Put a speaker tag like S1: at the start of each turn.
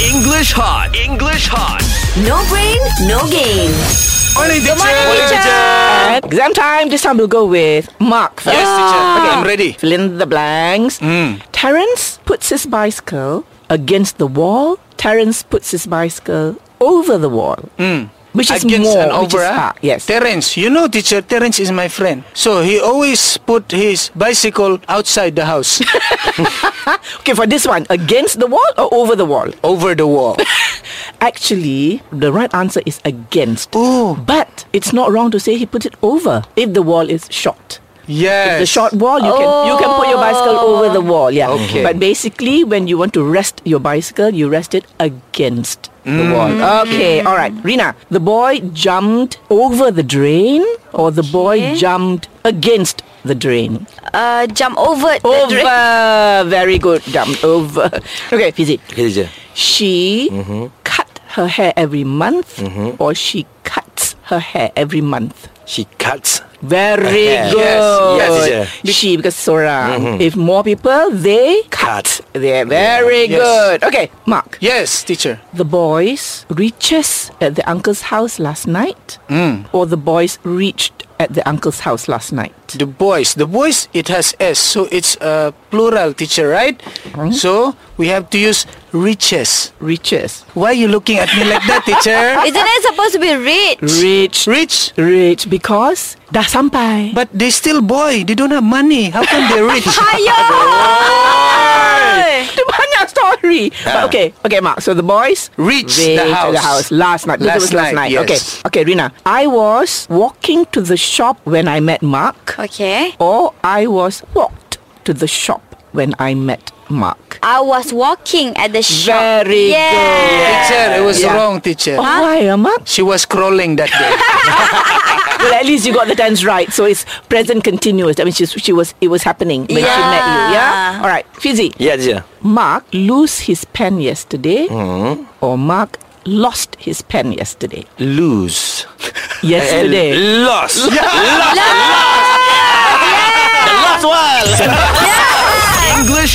S1: English hot. English hot.
S2: No brain, no game.
S1: Morning, teacher.
S3: And exam time. This time we'll go with Mark. First. Ah.
S1: Yes, teacher. Okay, I'm ready. Mm.
S3: Fill in the blanks. Terence puts his bicycle against the wall. Terence puts his bicycle over the wall. Which is
S1: Mm. Against
S3: more
S1: and
S3: which
S1: over.
S3: is
S1: ah?
S3: far. Yes.
S1: Terence, you know, teacher, Terence is my friend. So he always put his bicycle outside the house,
S3: okay, for this one, against the wall or over the wall?
S1: over the wall.
S3: Actually, the right answer is against.
S1: Oh.
S3: But it's not wrong to say he put it over if the wall is short.
S1: Yes.
S3: The short wall, you can you can put your bicycle over the wall, yeah.
S1: Okay.
S3: But basically, when you want to rest your bicycle, you rest it against the wall. Okay, all right, Rina. The boy jumped over the drain, or the boy
S2: Okay.
S3: jumped against the drain.
S2: Uh, jump over. the
S3: Over,
S2: dra-
S3: very good, jumped over. Okay, Fizi.
S4: Okay, teacher.
S3: She cut her hair every month, or she cuts her hair every month.
S4: She cuts.
S3: Very
S4: Her hair.
S3: good.
S4: Yes, yes, Mm-hmm.
S3: She because seorang. If more people, they cut.
S4: Cut.
S3: They're very
S1: Yes.
S3: good. Okay, Mark.
S1: Yes, teacher.
S3: The boys reaches at the uncle's house last night,
S4: Mm.
S3: or the boys reached at the uncle's house last night.
S1: The boys. The boys, it has S. So it's a plural, teacher, right?
S3: Mm-hmm.
S1: So we have to use reaches.
S3: Reaches.
S1: Why you looking at me like that, teacher?
S2: Isn't it supposed to be rich?
S3: Reach.
S1: Rich.
S3: Reach because dah sampai.
S1: But they still boy. They don't have money. How come they rich?
S2: Ayah!
S3: Itu banyak story. But okay, okay, Mark. So the boys
S1: Reached
S3: reached
S1: Ah. the house.
S3: the house last night.
S1: Last
S3: This was last
S1: night,
S3: night.
S1: yes.
S3: Okay, okay, Rina. I was walking to the shop when I met Mark,
S2: Okay.
S3: or I was walked to the shop when I met Mark.
S2: I was walking at the shop.
S3: Very
S2: Yeah.
S3: good.
S1: Teacher, it was
S3: Yeah.
S1: wrong, teacher.
S3: Oh, why, uh, Mark?
S1: She was crawling that day.
S3: Well, at least you got the tense right. So it's present continuous. That means she, she was it was happening when she met you. Yeah.
S2: Yeah.
S3: All right, Fizzy.
S4: Yeah, teacher.
S3: Mark lose his pen yesterday,
S1: Mm-hmm.
S3: or Mark lost his pen yesterday.
S4: Lose.
S3: Yesterday.
S4: And Lost.
S1: English